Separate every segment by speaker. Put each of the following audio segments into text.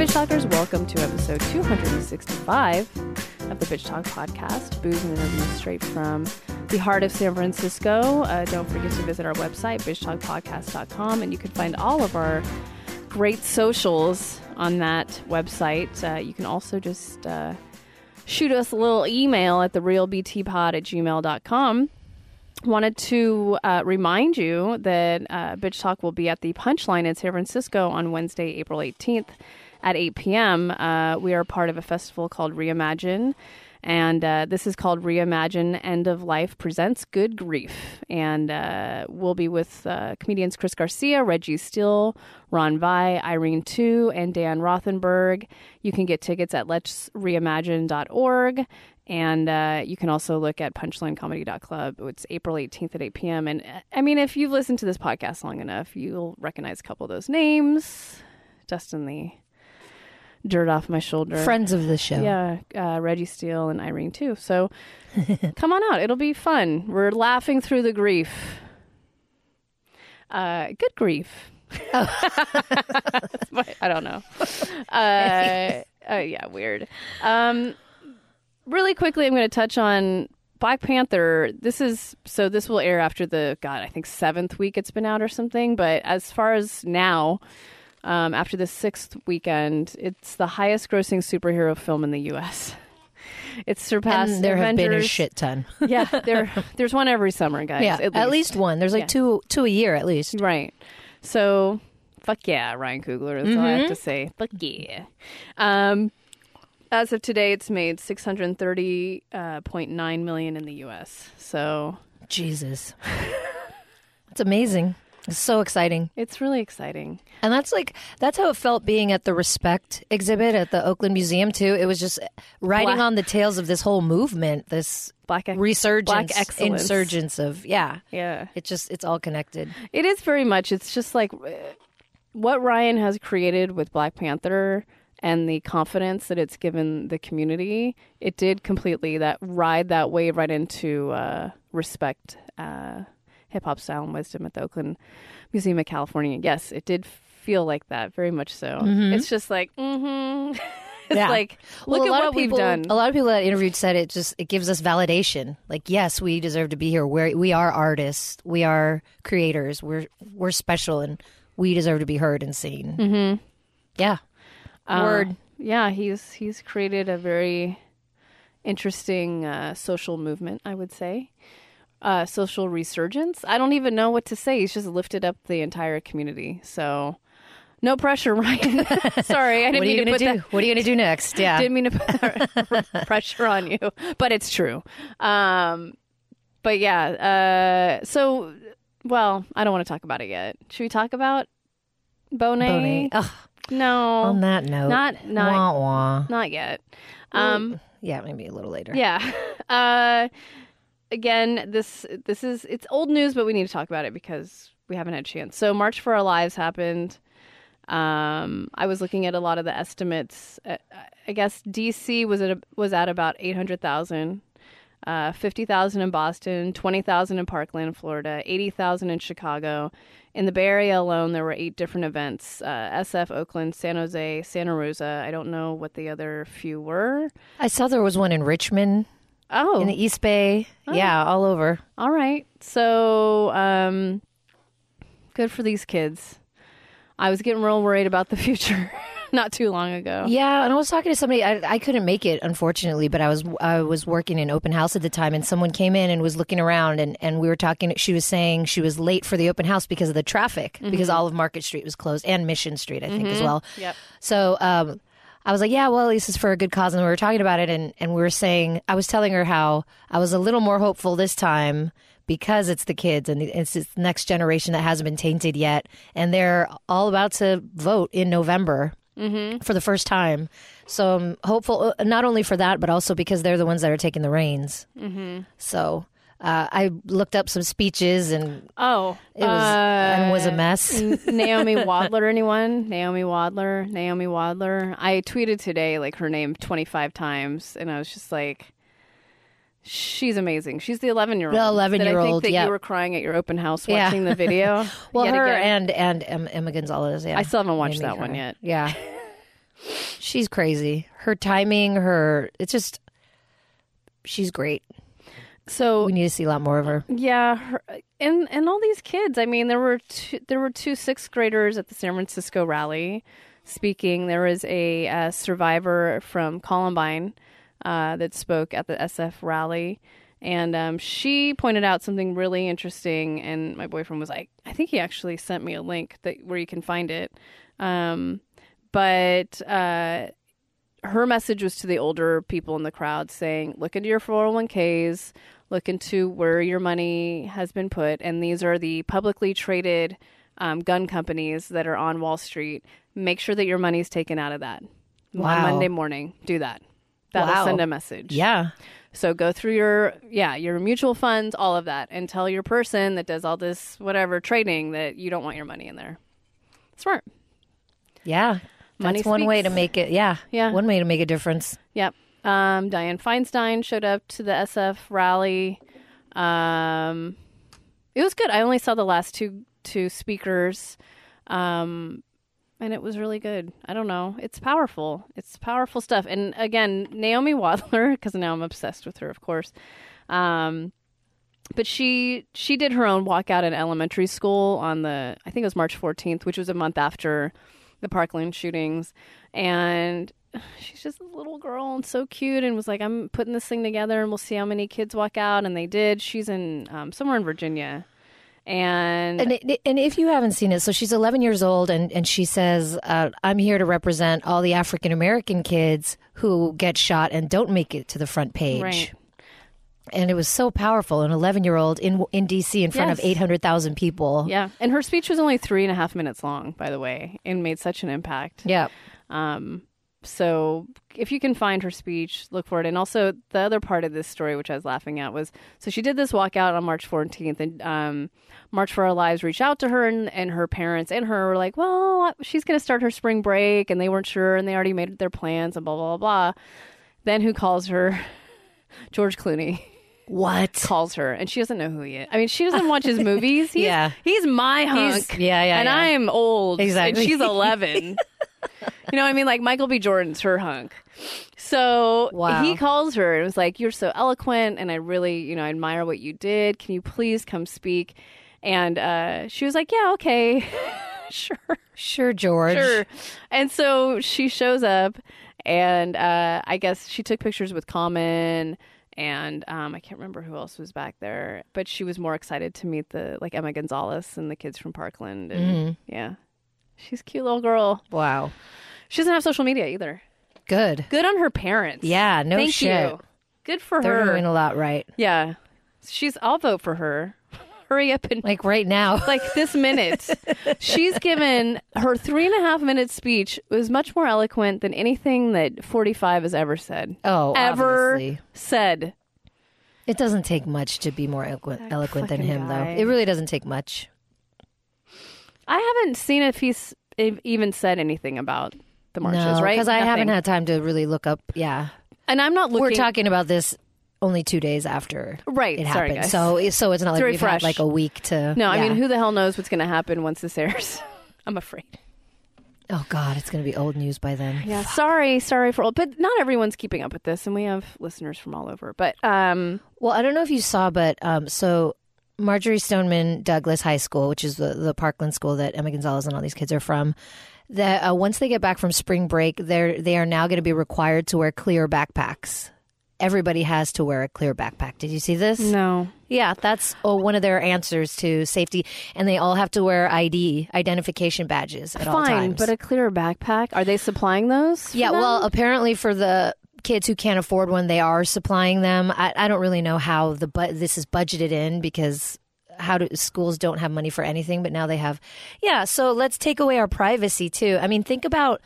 Speaker 1: Bitch Talkers, welcome to episode 265 of the Bitch Talk podcast. Booze and interviews straight from the heart of San Francisco. Uh, don't forget to visit our website, bitchtalkpodcast.com, and you can find all of our great socials on that website. Uh, you can also just uh, shoot us a little email at therealbtpod at gmail.com wanted to uh, remind you that uh, Bitch Talk will be at the Punchline in San Francisco on Wednesday, April 18th at 8 p.m. Uh, we are part of a festival called Reimagine. And uh, this is called Reimagine End of Life Presents Good Grief. And uh, we'll be with uh, comedians Chris Garcia, Reggie Steele, Ron Vai, Irene Tu, and Dan Rothenberg. You can get tickets at letsreimagine.org. And uh, you can also look at punchlinecomedy.club. It's April 18th at 8 p.m. And uh, I mean, if you've listened to this podcast long enough, you'll recognize a couple of those names. Dustin, the dirt off my shoulder.
Speaker 2: Friends of the show.
Speaker 1: Yeah, uh, Reggie Steele and Irene too. So come on out; it'll be fun. We're laughing through the grief. Uh, good grief. But I don't know. Uh, uh, yeah, weird. Um, really quickly, I'm going to touch on Black Panther. This is so this will air after the God, I think seventh week it's been out or something. But as far as now, um, after the sixth weekend, it's the highest-grossing superhero film in the U.S. It's surpassed.
Speaker 2: And there have been a
Speaker 1: Avengers. Uh,
Speaker 2: shit ton.
Speaker 1: Yeah, there, there's one every summer, guys.
Speaker 2: yeah, at least. one. There's like two two a year at least.
Speaker 1: Right. So, fuck yeah, Ryan Coogler. That's all I have to say. Fuck yeah. Um, as of today, it's made 630.9 uh, million in the U.S. So
Speaker 2: Jesus, it's amazing. It's so exciting,
Speaker 1: it's really exciting.
Speaker 2: and that's like that's how it felt being at the Respect exhibit at the Oakland Museum too. It was just riding
Speaker 1: Black-
Speaker 2: on the tails of this whole movement, this
Speaker 1: Black ex-
Speaker 2: resurgence,
Speaker 1: Black excellence.
Speaker 2: insurgence of yeah.
Speaker 1: Yeah.
Speaker 2: It just it's all connected.
Speaker 1: It is very much. It's just like uh, what Ryan has created with Black Panther and the confidence that it's given the community. It did completely that ride that wave right into uh, respect, uh, hip hop style and wisdom at the Oakland Museum of California. Yes, it did feel like that very much. So it's just like, mm-hmm. it's
Speaker 2: Yeah.
Speaker 1: like
Speaker 2: Well,
Speaker 1: look at
Speaker 2: a lot
Speaker 1: what
Speaker 2: of people,
Speaker 1: we've done.
Speaker 2: A lot of people that I interviewed said it just it gives us validation. Like, yes, we deserve to be here. We're, we are artists. We are creators. We're we're special, and we deserve to be heard and seen. Mm-hmm. Yeah.
Speaker 1: Uh,
Speaker 2: Word.
Speaker 1: Yeah, he's he's created a very interesting uh, social movement, I would say. Uh, social resurgence. I don't even know what to say. He's just lifted up the entire community. So, no pressure, Ryan. Sorry, I didn't
Speaker 2: What are
Speaker 1: mean
Speaker 2: you
Speaker 1: to
Speaker 2: gonna
Speaker 1: put
Speaker 2: do?
Speaker 1: that.
Speaker 2: What are you gonna do next? Yeah.
Speaker 1: Didn't mean to put pressure on you, but it's true. Um, but yeah, uh, so well, I don't want to talk about it yet. Should we talk about Bonet?
Speaker 2: Bonnie. Ugh,
Speaker 1: No,
Speaker 2: on that note,
Speaker 1: not not
Speaker 2: wah, wah.
Speaker 1: not yet. Um,
Speaker 2: Yeah, maybe a little later.
Speaker 1: yeah. Uh, again, this this is it's old news, but we need to talk about it because we haven't had a chance. So March for Our Lives happened. Um, I was looking at a lot of the estimates. Uh, I guess DC was at was at about eight hundred thousand. Uh, 50,000 in Boston, 20,000 in Parkland, Florida, 80,000 in Chicago. In the Bay Area alone, there were eight different events uh, SF, Oakland, San Jose, Santa Rosa. I don't know what the other few were.
Speaker 2: I saw there was one in Richmond,
Speaker 1: Oh,
Speaker 2: in the East Bay. Yeah, all over.
Speaker 1: All right. So, um, good for these kids. I was getting real worried about the future not too long ago.
Speaker 2: Yeah, and I was talking to somebody. I, I couldn't make it, unfortunately, but I was I was working in open house at the time, and someone came in and was looking around, and and we were talking. She was saying she was late for the open house because of the traffic, because all of Market Street was closed and Mission Street, I think, as well.
Speaker 1: Yep.
Speaker 2: So um, I was like, yeah, well, at least it's for a good cause. And we were talking about it, and, and we were saying, I was telling her how I was a little more hopeful this time because it's the kids and the- it's the next generation that hasn't been tainted yet. And they're all about to vote in November for the first time. So I'm hopeful, uh, not only for that, but also because they're the ones that are taking the reins. Mm-hmm. So. Uh, I looked up some speeches and
Speaker 1: Oh, uh,
Speaker 2: it was and was a mess.
Speaker 1: Naomi Wadler, anyone? Naomi Wadler, Naomi Wadler. I tweeted today like her name 25 times, and I was just like, she's amazing. She's the 11 year old.
Speaker 2: The 11-year-old,
Speaker 1: I think that
Speaker 2: yeah.
Speaker 1: you were crying at your open house
Speaker 2: Yeah.
Speaker 1: watching the video.
Speaker 2: Well,
Speaker 1: yet
Speaker 2: her
Speaker 1: again.
Speaker 2: and and Em- Emma Gonzalez. Yeah,
Speaker 1: I still haven't watched
Speaker 2: Maybe
Speaker 1: that one
Speaker 2: her.
Speaker 1: yet.
Speaker 2: Yeah, she's crazy. Her timing, her it's just she's great.
Speaker 1: So
Speaker 2: We need to see a lot more of her.
Speaker 1: Yeah, her, and and all these kids. I mean, there were two, there were two sixth graders at the San Francisco rally speaking. There was a uh, survivor from Columbine uh, that spoke at the SF rally, and um, she pointed out something really interesting. And my boyfriend was like, I think he actually sent me a link that where you can find it. Um, but uh, her message was to the older people in the crowd saying, look into your 401ks, look into where your money has been put. And these are the publicly traded um, gun companies that are on Wall Street. Make sure that your money's taken out of that. On
Speaker 2: Wow.
Speaker 1: Monday morning, do that. That'll
Speaker 2: Wow.
Speaker 1: send a message.
Speaker 2: Yeah.
Speaker 1: So go through your yeah, your mutual funds, all of that, and tell your person that does all this whatever trading that you don't want your money in there. Smart.
Speaker 2: Yeah.
Speaker 1: Money
Speaker 2: That's one way to
Speaker 1: speaks.
Speaker 2: make it yeah.
Speaker 1: Yeah.
Speaker 2: One way to make a difference.
Speaker 1: Yep. Um, Diane Feinstein showed up to the SF rally. Um, it was good. I only saw the last two two speakers, um, and it was really good. I don't know. It's powerful. It's powerful stuff. And again, Naomi Wadler, because now I'm obsessed with her, of course. Um, but she she did her own walkout in elementary school on the I think it was March 14th, which was a month after the Parkland shootings, and she's just a little girl and so cute, and was like, "I'm putting this thing together, and we'll see how many kids walk out." And they did. She's in um, somewhere in Virginia, and,
Speaker 2: And it, and if you haven't seen it, so she's 11 years old, and and she says, uh, "I'm here to represent all the African American kids who get shot and don't make it to the front page."
Speaker 1: Right.
Speaker 2: And it was so powerful. An 11 year old in in D.C. in front of
Speaker 1: Yes.
Speaker 2: 800,000 people.
Speaker 1: yeah, and her speech was only three and a half minutes long, by the way, and made such an impact.
Speaker 2: Yeah.
Speaker 1: Um, so if you can find her speech, look for it. And also the other part of this story, which I was laughing at, was so she did this walkout on March 14th, and um, March for Our Lives reached out to her, and, and her parents and her were like, "Well, she's going to start her spring break," and they weren't sure, and they already made their plans, and blah blah blah. blah. Then who calls her? George Clooney
Speaker 2: What?
Speaker 1: calls her, and she doesn't know who he is. I mean, she doesn't watch his movies. He's,
Speaker 2: Yeah.
Speaker 1: he's my
Speaker 2: He's-
Speaker 1: hunk.
Speaker 2: yeah, yeah,
Speaker 1: And
Speaker 2: yeah.
Speaker 1: I'm old.
Speaker 2: Exactly.
Speaker 1: And she's eleven. you know, what I mean, like Michael B. Jordan's her hunk. So
Speaker 2: Wow.
Speaker 1: he calls her and was like, "You're so eloquent, and I really, you know, I admire what you did. Can you please come speak?" And uh, she was like, "Yeah, okay, sure."
Speaker 2: Sure, George.
Speaker 1: Sure. And so she shows up, and uh, I guess she took pictures with Common, and um, I can't remember who else was back there, but she was more excited to meet the like Emma Gonzalez and the kids from Parkland, and
Speaker 2: Mm-hmm.
Speaker 1: yeah, she's a cute little girl.
Speaker 2: Wow.
Speaker 1: She doesn't have social media either.
Speaker 2: Good.
Speaker 1: Good on her parents.
Speaker 2: Yeah. No
Speaker 1: thank
Speaker 2: shit.
Speaker 1: you. Good for
Speaker 2: They're
Speaker 1: her.
Speaker 2: doing a lot right.
Speaker 1: yeah, she's. I'll vote for her. Hurry up and
Speaker 2: Like right now.
Speaker 1: like this minute. She's given her three and a half minute speech was much more eloquent than anything that 45 has ever said.
Speaker 2: Oh,
Speaker 1: ever
Speaker 2: obviously.
Speaker 1: said.
Speaker 2: It doesn't take much to be more eloquent, eloquent than
Speaker 1: fucking
Speaker 2: him,
Speaker 1: guy.
Speaker 2: though. It really doesn't take much.
Speaker 1: I haven't seen if he's if even said anything about the marches,
Speaker 2: no,
Speaker 1: right?
Speaker 2: Because I
Speaker 1: Nothing.
Speaker 2: haven't had time to really look up. Yeah.
Speaker 1: And I'm not looking.
Speaker 2: We're talking about this only two days after
Speaker 1: Right.
Speaker 2: it
Speaker 1: sorry,
Speaker 2: happened.
Speaker 1: guys.
Speaker 2: So, so it's not like
Speaker 1: very
Speaker 2: we've
Speaker 1: fresh.
Speaker 2: had like a week to.
Speaker 1: no, I
Speaker 2: yeah.
Speaker 1: mean, who the hell knows what's going to happen once this airs? I'm afraid.
Speaker 2: Oh God, it's gonna be old news by then.
Speaker 1: Yeah, sorry, sorry for all, but not everyone's keeping up with this, and we have listeners from all over. But um,
Speaker 2: Well, I don't know if you saw, but um, so Marjorie Stoneman Douglas High School, which is the, the Parkland school that Emma Gonzalez and all these kids are from, that uh, once they get back from spring break, they're they are now going to be required to wear clear backpacks. Everybody has to wear a clear backpack. Did you see this?
Speaker 1: no,
Speaker 2: Yeah, that's oh, one of their answers to safety, and they all have to wear ID identification badges at all
Speaker 1: fine,
Speaker 2: times.
Speaker 1: but a clear backpack. Are they supplying those? for
Speaker 2: Yeah,
Speaker 1: them?
Speaker 2: well, apparently for the kids who can't afford one, they are supplying them. I, I don't really know how the but this is budgeted in because how do schools don't have money for anything, but now they have. Yeah, so let's take away our privacy too. I mean, think about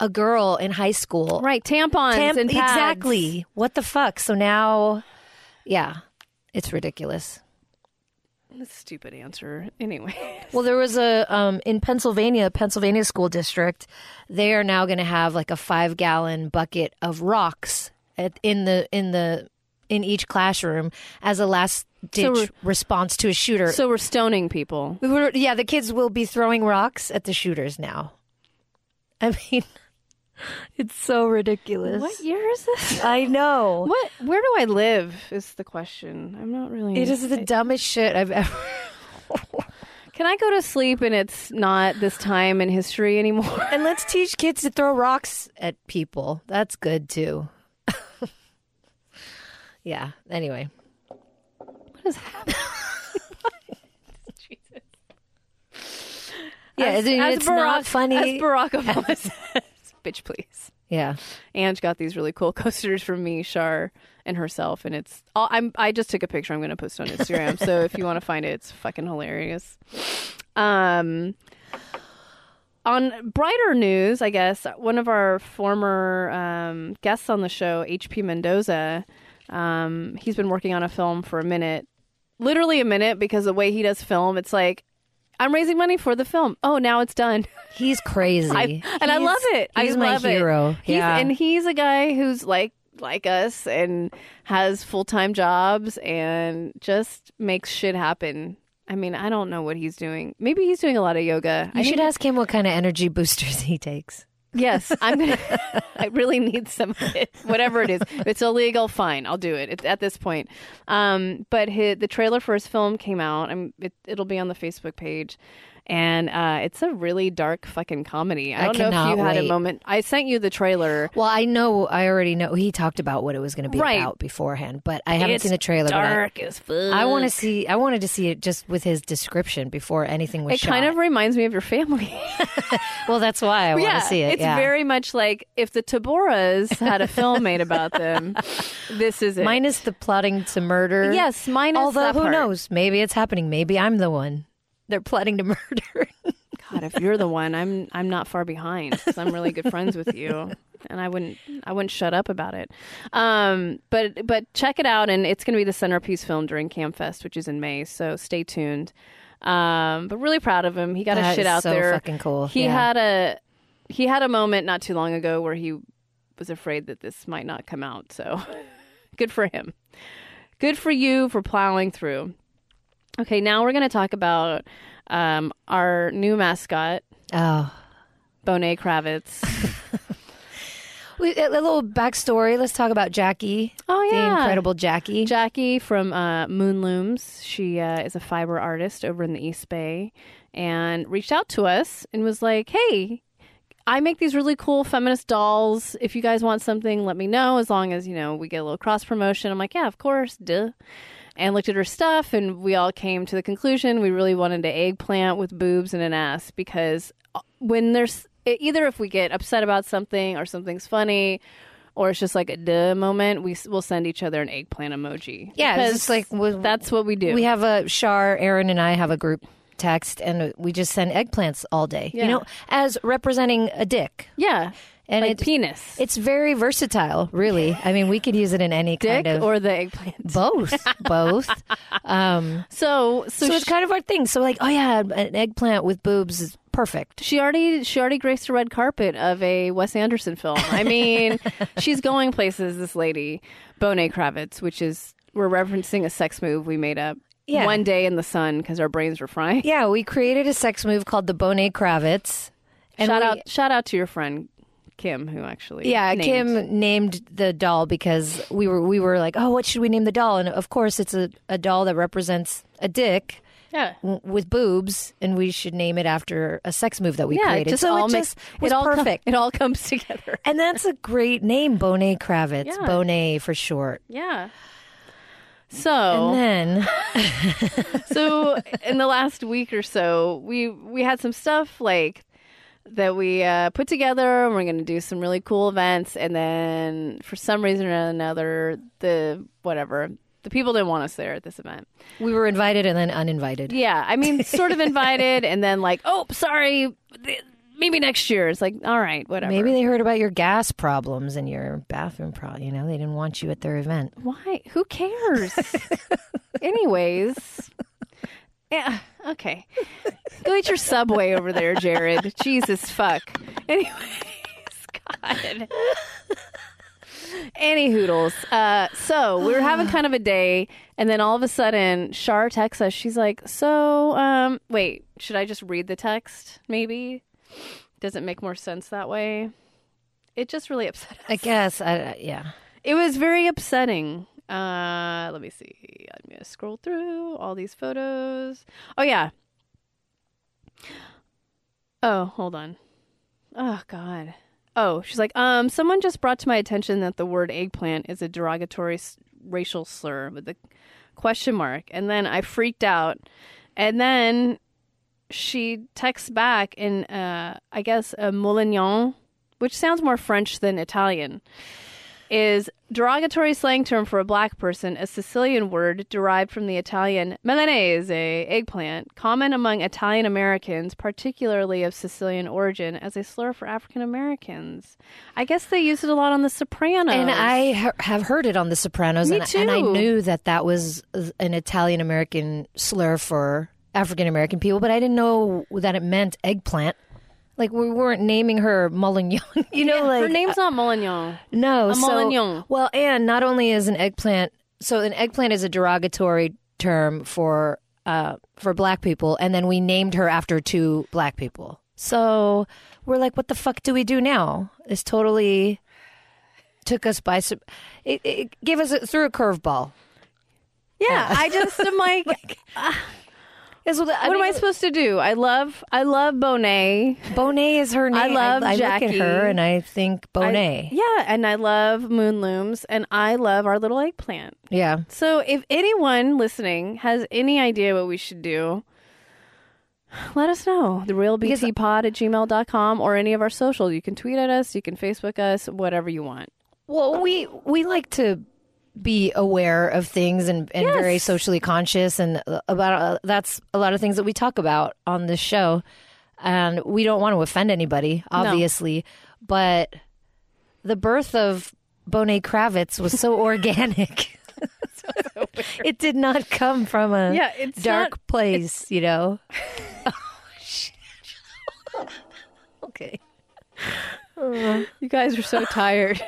Speaker 2: a girl in high school.
Speaker 1: Right, tampons
Speaker 2: Tam-
Speaker 1: and pads.
Speaker 2: exactly. What the fuck? So now, yeah, it's ridiculous.
Speaker 1: That's a stupid answer. Anyway,
Speaker 2: Well, there was a um, in Pennsylvania, Pennsylvania school district. They are now going to have like a five gallon bucket of rocks at, in the in the in each classroom as a last ditch
Speaker 1: we're-
Speaker 2: response to a shooter.
Speaker 1: so we're stoning people.
Speaker 2: we were, yeah, the kids will be throwing rocks at the shooters now. I mean,
Speaker 3: It's so ridiculous.
Speaker 1: What year is this?
Speaker 3: I know.
Speaker 1: What? Where do I live? Is the question. I'm not really.
Speaker 2: It is the dumbest shit I've ever.
Speaker 1: Can I go to sleep and it's not this time in history anymore?
Speaker 2: And let's teach kids to throw rocks at people. That's good too. yeah. Anyway.
Speaker 1: What is happening? Jesus.
Speaker 2: Yeah,
Speaker 1: As-
Speaker 2: I mean,
Speaker 1: as
Speaker 2: it's not
Speaker 1: Barack-
Speaker 2: funny.
Speaker 1: As Barack Obama says, "Bitch, please."
Speaker 2: yeah.
Speaker 1: Ange got these really cool coasters from me, Shar, and herself, and it's. All, I'm. I just took a picture. I'm going to post it on Instagram. so if you want to find it, it's fucking hilarious. Um. On brighter news, I guess one of our former um, guests on the show, H.P. Mendoza, um, he's been working on a film for a minute, literally a minute, because the way he does film, it's like, I'm raising money for the film. Oh, now it's done.
Speaker 2: He's crazy.
Speaker 1: I, and I
Speaker 2: He's-
Speaker 1: love it.
Speaker 2: He's
Speaker 1: I
Speaker 2: my
Speaker 1: love
Speaker 2: hero.
Speaker 1: It. He's,
Speaker 2: yeah.
Speaker 1: and he's a guy who's like like us and has full time jobs and just makes shit happen. I mean, I don't know what he's doing. Maybe he's doing a lot of yoga. I
Speaker 2: you should
Speaker 1: need-
Speaker 2: ask him what kind of energy boosters he takes.
Speaker 1: Yes, I'm gonna. I really need some of it. Whatever it is, if it's illegal. Fine, I'll do it. It's at this point. Um, but hi the trailer for his film came out. I'm. It, it'll be on the Facebook page, and uh, it's a really dark fucking comedy. I
Speaker 2: I
Speaker 1: don't know if
Speaker 2: cannot
Speaker 1: you had a
Speaker 2: wait.
Speaker 1: moment. I sent you the trailer.
Speaker 2: Well, I know, I already know. He talked about what it was going to be
Speaker 1: Right.
Speaker 2: about beforehand, but I haven't
Speaker 1: It's
Speaker 2: seen the trailer. but I-
Speaker 1: Dark as fuck.
Speaker 2: I want to see. I wanted to see it just with his description before anything was
Speaker 1: It
Speaker 2: shot.
Speaker 1: kind of reminds me of your family.
Speaker 2: well, that's why I want to
Speaker 1: yeah,
Speaker 2: see it.
Speaker 1: it's
Speaker 2: yeah.
Speaker 1: very much like if the Taboras had a film made about them. This is it.
Speaker 2: minus the plotting to murder.
Speaker 1: yes, minus.
Speaker 2: Although
Speaker 1: that
Speaker 2: who
Speaker 1: part.
Speaker 2: knows? Maybe it's happening. Maybe I'm the one they're plotting to murder.
Speaker 1: God, if you're the one, I'm I'm not far behind because I'm really good friends with you, and I wouldn't I wouldn't shut up about it. Um, but but check it out, and it's going to be the centerpiece film during Camfest, which is in May. So stay tuned. Um, but really proud of him. He got
Speaker 2: That
Speaker 1: his shit
Speaker 2: is
Speaker 1: out
Speaker 2: so
Speaker 1: there.
Speaker 2: fucking cool.
Speaker 1: He
Speaker 2: Yeah.
Speaker 1: had a he had a moment not too long ago where he was afraid that this might not come out. So good for him. Good for you for plowing through. Okay, now we're going to talk about um, our new mascot,
Speaker 2: oh.
Speaker 1: Bonet Kravitz.
Speaker 2: We, a little backstory. Let's talk about Jackie,
Speaker 1: Oh
Speaker 2: the incredible Jackie.
Speaker 1: Jackie from uh, Moonlooms. She uh, is a fiber artist over in the East Bay, and reached out to us and was like, "Hey, I make these really cool feminist dolls. If you guys want something, let me know. As long as you know we get a little cross promotion." I'm like, "Yeah, of course, duh." And looked at her stuff, and we all came to the conclusion we really wanted an eggplant with boobs and an ass because uh, when there's e, either if we get upset about something or something's funny. Or it's just like a duh moment. We will send each other an eggplant emoji.
Speaker 2: Yeah, it's
Speaker 1: Because
Speaker 2: just like we-
Speaker 1: that's what we do.
Speaker 2: We have a Shar, Aaron, and I have a group text, and we just send eggplants all day.
Speaker 1: Yeah.
Speaker 2: You know, as representing a dick,
Speaker 1: yeah,
Speaker 2: and
Speaker 1: like
Speaker 2: it's
Speaker 1: penis,
Speaker 2: it's very versatile. Really, I mean, we could use it in any
Speaker 1: dick,
Speaker 2: kind of
Speaker 1: or the eggplant.
Speaker 2: both, both. Um,
Speaker 1: So,
Speaker 2: so,
Speaker 1: so,
Speaker 2: it's
Speaker 1: she-
Speaker 2: kind of our thing. So like, oh yeah, an eggplant with boobs is perfect.
Speaker 1: she already she already graced a red carpet of a Wes Anderson film. I mean, she's going places. This lady, Bonet Kravitz, which is we're referencing a sex move we made up
Speaker 2: Yeah.
Speaker 1: one day in the sun because our brains were frying.
Speaker 2: Yeah, we created a sex move called the Bonet Kravitz. And
Speaker 1: shout
Speaker 2: we-
Speaker 1: out shout out to your friend Kim, who actually
Speaker 2: Yeah,
Speaker 1: named-
Speaker 2: Kim named the doll because we were we were like, oh, what should we name the doll? And of course, it's a, a doll that represents a dick
Speaker 1: Yeah.
Speaker 2: w- with boobs, and we should name it after a sex move that we
Speaker 1: Yeah, it
Speaker 2: created.
Speaker 1: just
Speaker 2: so
Speaker 1: all
Speaker 2: it
Speaker 1: makes
Speaker 2: just was
Speaker 1: it all com-
Speaker 2: perfect.
Speaker 1: it all comes together.
Speaker 2: and that's a great name, Bonet Kravitz.
Speaker 1: Yeah.
Speaker 2: Bonet for short.
Speaker 1: Yeah. So
Speaker 2: And then
Speaker 1: so in the last week or so we we had some stuff like that we uh, put together and we're going to do some really cool events and then for some reason or another the whatever the people didn't want us there at this event
Speaker 2: we were invited and then uninvited.
Speaker 1: yeah i mean sort of invited and then like oh sorry th- maybe next year it's like all right whatever
Speaker 2: Maybe they heard about your gas problems and your bathroom problem. You know, they didn't want you at their event.
Speaker 1: Why? Who cares? Anyways. Yeah, okay. Go eat your subway over there, Jared. Jesus fuck. Anyways, God. Any hoodles. Uh, so we were having kind of a day, and then all of a sudden, Shar texts us. She's like, "So, um, wait, should I just read the text? Maybe does it make more sense that way?" it just really upset us.
Speaker 2: I guess. I, I- yeah.
Speaker 1: It was very upsetting. Uh, let me see. I'm gonna scroll through all these photos. Oh yeah. Oh, hold on. Oh God. Oh, she's like, um, someone just brought to my attention that the word eggplant is a derogatory s- racial slur with a question mark, and then I freaked out, and then she texts back in, uh, I guess, a moulignon, which sounds more French than Italian is derogatory slang term for a black person, a Sicilian word derived from the Italian melanese, eggplant, common among Italian Americans, particularly of Sicilian origin, as a slur for African Americans. I guess they use it a lot on The Sopranos.
Speaker 2: And I ha- have heard it on The Sopranos,
Speaker 1: Me
Speaker 2: and, and I
Speaker 1: too.
Speaker 2: knew that that was an Italian American slur for African American people, but I didn't know that it meant eggplant. Like we weren't naming her Mullignon, you know, like
Speaker 1: her name's not Molignon.
Speaker 2: No,
Speaker 1: A
Speaker 2: so-
Speaker 1: Molignon.
Speaker 2: Well, and not only is an eggplant so an eggplant is a derogatory term for uh, for black people, and then we named her after two black people. So we're like, what the fuck do we do now? It's totally took us by sur- it, it gave us a, threw a curveball.
Speaker 1: Yeah, I just am like,
Speaker 2: Is what
Speaker 1: what am I supposed to do? I love, I love Bonet.
Speaker 2: Bonet is her name.
Speaker 1: love
Speaker 2: I, look
Speaker 1: Jackie.
Speaker 2: at her and I think Bonet.
Speaker 1: I- yeah, and I love moon looms, and I love our little eggplant.
Speaker 2: yeah,
Speaker 1: So, if anyone listening has any idea what we should do, let us know. The real
Speaker 2: Because-
Speaker 1: BT pod at gmail.com or any of our social. You can tweet at us, you can Facebook us, whatever you want.
Speaker 2: Well, we we like to be aware of things and, and very socially conscious, and uh, about uh, that's a lot of things that we talk about on this show, and we don't want to offend anybody, obviously. But the birth of Bonet Kravitz was so organic; it did not come from a
Speaker 1: Yeah, it's
Speaker 2: dark
Speaker 1: not-
Speaker 2: place, you know. Oh, okay.
Speaker 1: You guys are so tired.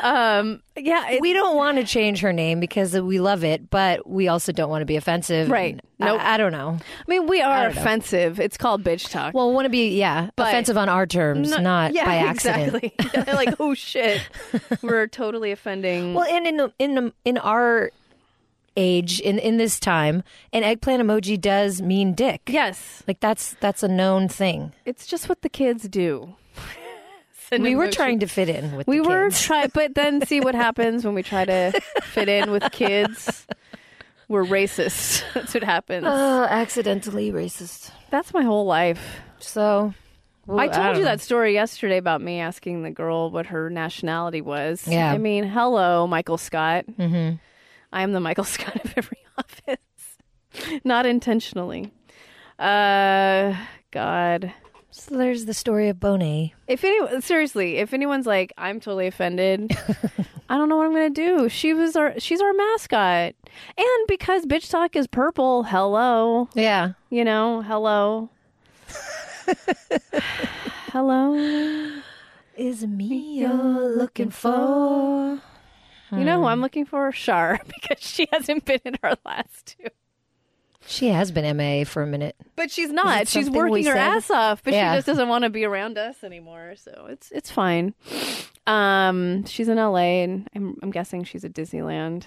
Speaker 1: um, yeah, it-
Speaker 2: we don't want to change her name because we love it, but we also don't want to be offensive.
Speaker 1: Right.
Speaker 2: And
Speaker 1: Nope.
Speaker 2: I, I don't know.
Speaker 1: I mean, we are offensive. It's called bitch talk.
Speaker 2: Well, want to be yeah
Speaker 1: But-
Speaker 2: offensive on our terms,
Speaker 1: No-
Speaker 2: not
Speaker 1: yeah,
Speaker 2: by accident.
Speaker 1: Exactly. Yeah, they're like, oh shit, we're totally offending.
Speaker 2: Well, and in the, in the, in our age, in in this time, an eggplant emoji does mean dick.
Speaker 1: yes,
Speaker 2: Like that's that's a known thing.
Speaker 1: it's just what the kids do. Send
Speaker 2: we were
Speaker 1: emoji-
Speaker 2: trying to fit in with
Speaker 1: We
Speaker 2: the
Speaker 1: were
Speaker 2: kids.
Speaker 1: try, but then see what happens when we try to fit in with kids. We're racist. That's what happens.
Speaker 2: Oh, accidentally racist.
Speaker 1: That's my whole life.
Speaker 2: So well,
Speaker 1: I told
Speaker 2: don't
Speaker 1: you
Speaker 2: know.
Speaker 1: that story yesterday about me asking the girl what her nationality was.
Speaker 2: Yeah.
Speaker 1: I mean, hello, Michael Scott. Mm-hmm. I am the Michael Scott of every office, not intentionally. Uh, God.
Speaker 2: So there's the story of Bonet.
Speaker 1: If any seriously, if anyone's like, I'm totally offended, I don't know what I'm gonna do. She was our she's our mascot. And because bitch talk is purple, hello.
Speaker 2: Yeah.
Speaker 1: You know, hello. hello.
Speaker 2: Is me you're looking for?
Speaker 1: You know who I'm looking for? Shar, because she hasn't been in our last two.
Speaker 2: She has been MA for a minute.
Speaker 1: But she's not. She's
Speaker 2: something we
Speaker 1: working her
Speaker 2: said?
Speaker 1: ass off, but
Speaker 2: Yeah.
Speaker 1: she just doesn't want to be around us anymore. So it's it's fine. Um, she's in LA and I'm I'm guessing she's at Disneyland.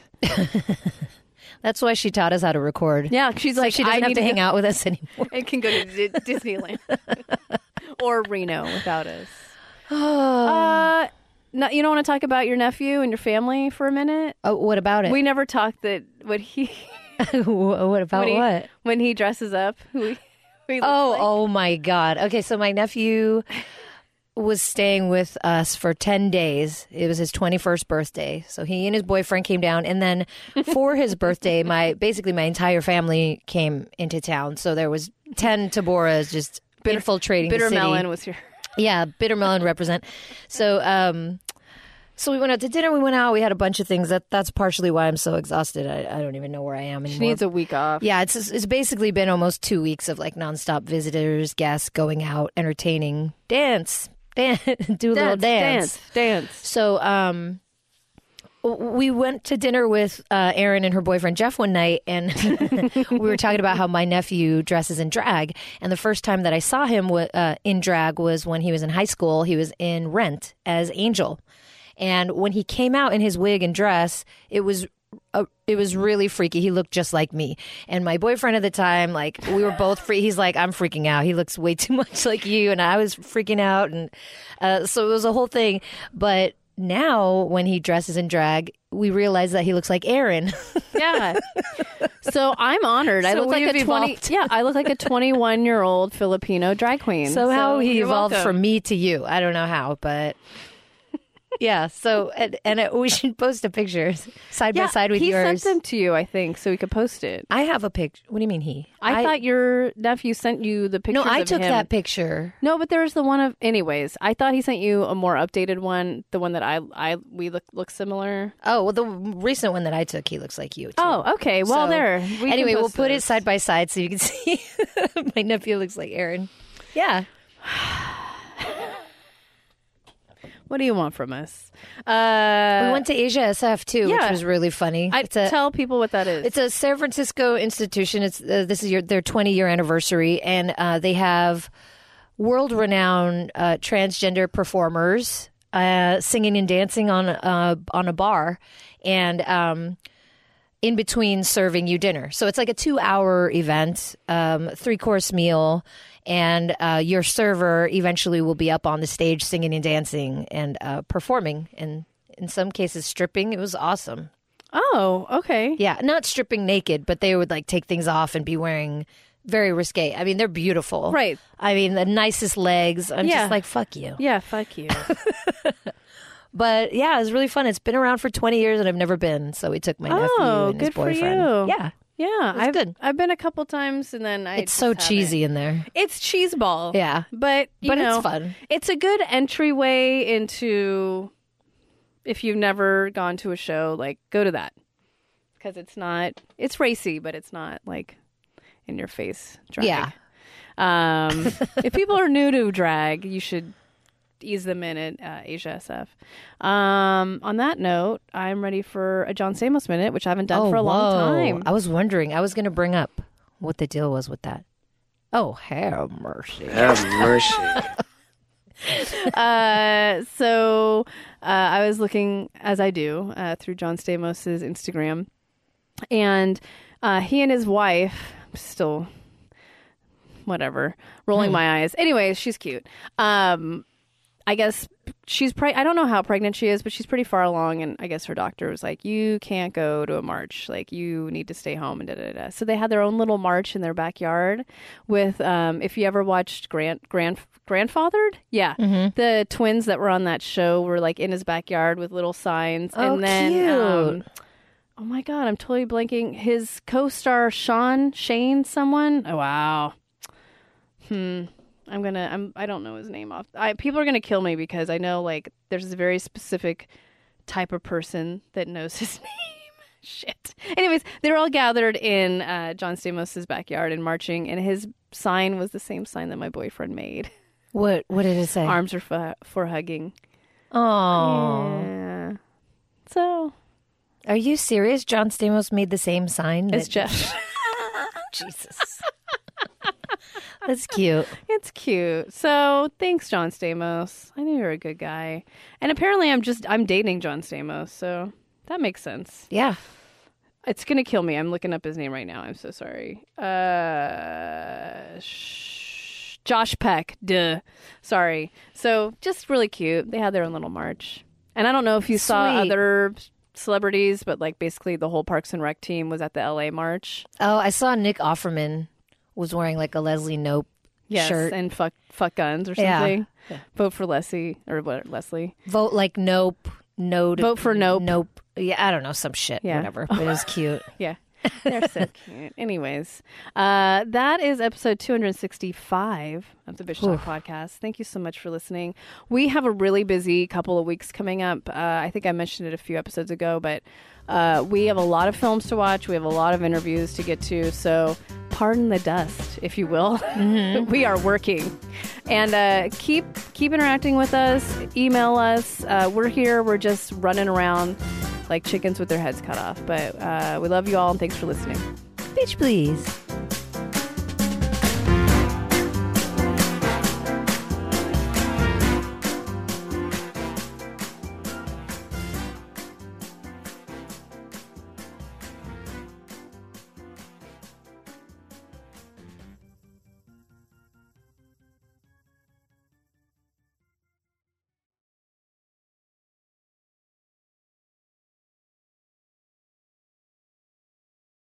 Speaker 2: That's why she taught us how to record.
Speaker 1: Yeah, she's like
Speaker 2: She doesn't
Speaker 1: I
Speaker 2: have
Speaker 1: need
Speaker 2: to hang
Speaker 1: go-
Speaker 2: out with us anymore.
Speaker 1: and can go to D- Disneyland or Reno without us.
Speaker 2: Oh,
Speaker 1: Uh, no, you don't want to talk about your nephew and your family for a minute.
Speaker 2: Oh, what about it?
Speaker 1: We never talked that what he
Speaker 2: what about
Speaker 1: when he,
Speaker 2: what?
Speaker 1: when he dresses up. Who he, who he looks
Speaker 2: Oh,
Speaker 1: like.
Speaker 2: oh my God. Okay, so my nephew was staying with us for 10 days. It was his 21st birthday. So he and his boyfriend came down and then for his birthday, my basically my entire family came into town. So there was 10 Taboras just infiltrating the
Speaker 1: bitter
Speaker 2: city.
Speaker 1: melon was here.
Speaker 2: Yeah, bitter melon represent. So, um, so we went out to dinner. We went out. We had a bunch of things. That that's partially why I'm so exhausted. I, I don't even know where I am anymore.
Speaker 1: a week off.
Speaker 2: yeah, it's it's basically been almost two weeks of like nonstop visitors, guests, going out, entertaining, dance, dance, do a little
Speaker 1: dance, dance, dance.
Speaker 2: so um we went to dinner with uh, Erin and her boyfriend Jeff one night, and we were talking about how my nephew dresses in drag. And the first time that I saw him wa- uh, in drag was when he was in high school. He was in Rent as Angel, and when he came out in his wig and dress, it was. Uh, it was really freaky. He looked just like me, and my boyfriend at the time, like we were both free. He's like, "I'm freaking out. He looks way too much like you," and I was freaking out, and uh, so it was a whole thing. But now when he dresses in drag, we realize that he looks like Aaron.
Speaker 1: Yeah. so I'm honored. I
Speaker 2: So
Speaker 1: look like a
Speaker 2: we've
Speaker 1: twenty.
Speaker 2: evolved.
Speaker 1: Yeah, I look like a 21 year old Filipino drag queen.
Speaker 2: So, how he
Speaker 1: you're
Speaker 2: evolved
Speaker 1: welcome.
Speaker 2: from me to you, I don't know how, but yeah. So and, and it, we should post a picture side
Speaker 1: yeah,
Speaker 2: by side with
Speaker 1: he
Speaker 2: yours.
Speaker 1: sent them to you, I think, so we could post it.
Speaker 2: I have a picture. What do you mean he?
Speaker 1: I, thought your nephew sent you the picture.
Speaker 2: no, I took that picture.
Speaker 1: No, but there was the one of. Anyways, I thought he sent you a more updated one, the one that I I we look look similar.
Speaker 2: Oh well, the recent one that I took, he looks like you. Too.
Speaker 1: Oh, okay. Well,
Speaker 2: So,
Speaker 1: there. We
Speaker 2: anyway,
Speaker 1: can
Speaker 2: we'll
Speaker 1: post
Speaker 2: put it
Speaker 1: those.
Speaker 2: side by side so you can see. My nephew looks like Aaron. Yeah.
Speaker 1: What do you want from us? Uh,
Speaker 2: we went to Asia SF too,
Speaker 1: yeah.
Speaker 2: which was really funny.
Speaker 1: I
Speaker 2: It's a-
Speaker 1: tell people what that is.
Speaker 2: It's a San Francisco institution. It's uh, this is your, their 20 year anniversary, and uh, they have world renowned uh, transgender performers uh, singing and dancing on uh, on a bar, and um, in between serving you dinner. So it's like a two hour event, um, three course meal. And uh, your server eventually will be up on the stage singing and dancing and uh, performing, and in some cases stripping. It was awesome.
Speaker 1: oh, okay.
Speaker 2: Yeah, not stripping naked, but they would like take things off and be wearing very risque. I mean, they're beautiful.
Speaker 1: Right.
Speaker 2: I mean, the nicest legs. I'm
Speaker 1: Yeah.
Speaker 2: just like, fuck you.
Speaker 1: Yeah, fuck you.
Speaker 2: But yeah, it was really fun. It's been around for 20 years and I've never been. So we took my
Speaker 1: Oh,
Speaker 2: nephew and his
Speaker 1: good for
Speaker 2: boyfriend.
Speaker 1: you.
Speaker 2: Yeah.
Speaker 1: Yeah, I've
Speaker 2: good.
Speaker 1: I've been a couple times, and then I
Speaker 2: It's
Speaker 1: just
Speaker 2: so
Speaker 1: haven't.
Speaker 2: cheesy in there.
Speaker 1: It's cheese ball.
Speaker 2: Yeah.
Speaker 1: but you
Speaker 2: But it's
Speaker 1: know,
Speaker 2: fun.
Speaker 1: It's a good entryway into if you've never gone to a show, like go to that because it's not it's racy, but it's not like in your face drag.
Speaker 2: Yeah.
Speaker 1: Um, if people are new to drag, you should ease them in at uh, Asia SF. Um, on that note, I'm ready for a John Samos minute, which I haven't done
Speaker 2: oh,
Speaker 1: for a long
Speaker 2: whoa.
Speaker 1: time.
Speaker 2: I was wondering, I was going to bring up what the deal was with that. Oh, have mercy.
Speaker 4: Have mercy.
Speaker 1: uh, so uh, I was looking, as I do, uh, through John Stamos's Instagram, and uh, he and his wife still, whatever,
Speaker 2: Hmm.
Speaker 1: rolling my eyes. Anyways, she's cute. Um, I guess she's preg- I don't know how pregnant she is, but she's pretty far along. And I guess her doctor was like, "You can't go to a march. Like, you need to stay home." And da da da. So they had their own little march in their backyard with, um, if you ever watched Grant Grand Grandfathered, yeah,
Speaker 2: Mm-hmm.
Speaker 1: the twins that were on that show were like in his backyard with little signs,
Speaker 2: Oh,
Speaker 1: and then. Um,
Speaker 2: cute.
Speaker 1: Oh my God, I'm totally blanking. His co star, Sean, Shane, someone. Oh, wow. I'm gonna. I'm. I don't know his name off. I, people are gonna kill me because I know like there's a very specific type of person that knows his name. Shit. Anyways, they were all gathered in uh, John Stamos's backyard and marching, and his sign was the same sign that my boyfriend made.
Speaker 2: What What did it say?
Speaker 1: Arms are for, for hugging.
Speaker 2: Oh,
Speaker 1: Yeah. So
Speaker 2: are you serious? John Stamos made the same sign.
Speaker 1: it's
Speaker 2: that-
Speaker 1: Jeff.
Speaker 2: Jesus. That's cute.
Speaker 1: It's cute. So thanks, John Stamos. I knew you were a good guy, and apparently I'm just I'm dating John Stamos, so that makes sense.
Speaker 2: Yeah.
Speaker 1: It's gonna kill me. I'm looking up his name right now. I'm so sorry. Uh, sh- Josh Peck. Duh. Sorry. So just really cute. They had their own little march, and I don't know if you saw
Speaker 2: Sweet.
Speaker 1: other celebrities, but like basically the whole Parks and Rec team was at the L.A. march.
Speaker 2: Oh, I saw Nick Offerman was wearing like a Leslie Nope
Speaker 1: Yes,
Speaker 2: shirt.
Speaker 1: and fuck fuck guns or
Speaker 2: Yeah.
Speaker 1: something. Vote for Leslie or what? Leslie.
Speaker 2: Vote like Nope. No. to-
Speaker 1: Vote for Nope.
Speaker 2: Nope. Yeah, I don't know some shit.
Speaker 1: Yeah.
Speaker 2: Whatever. But it was cute.
Speaker 1: Yeah. They're so cute. Anyways, uh, that is episode 265 of the Bitch Talk podcast. Thank you so much for listening. We have a really busy couple of weeks coming up. Uh, I think I mentioned it a few episodes ago, but uh, we have a lot of films to watch. We have a lot of interviews to get to. So pardon the dust, if you will. we are working. And uh, keep keep interacting with us. Email us. Uh, we're here. We're just running around like chickens with their heads cut off. But uh, we love you all and thanks for listening.
Speaker 2: Bitch, please.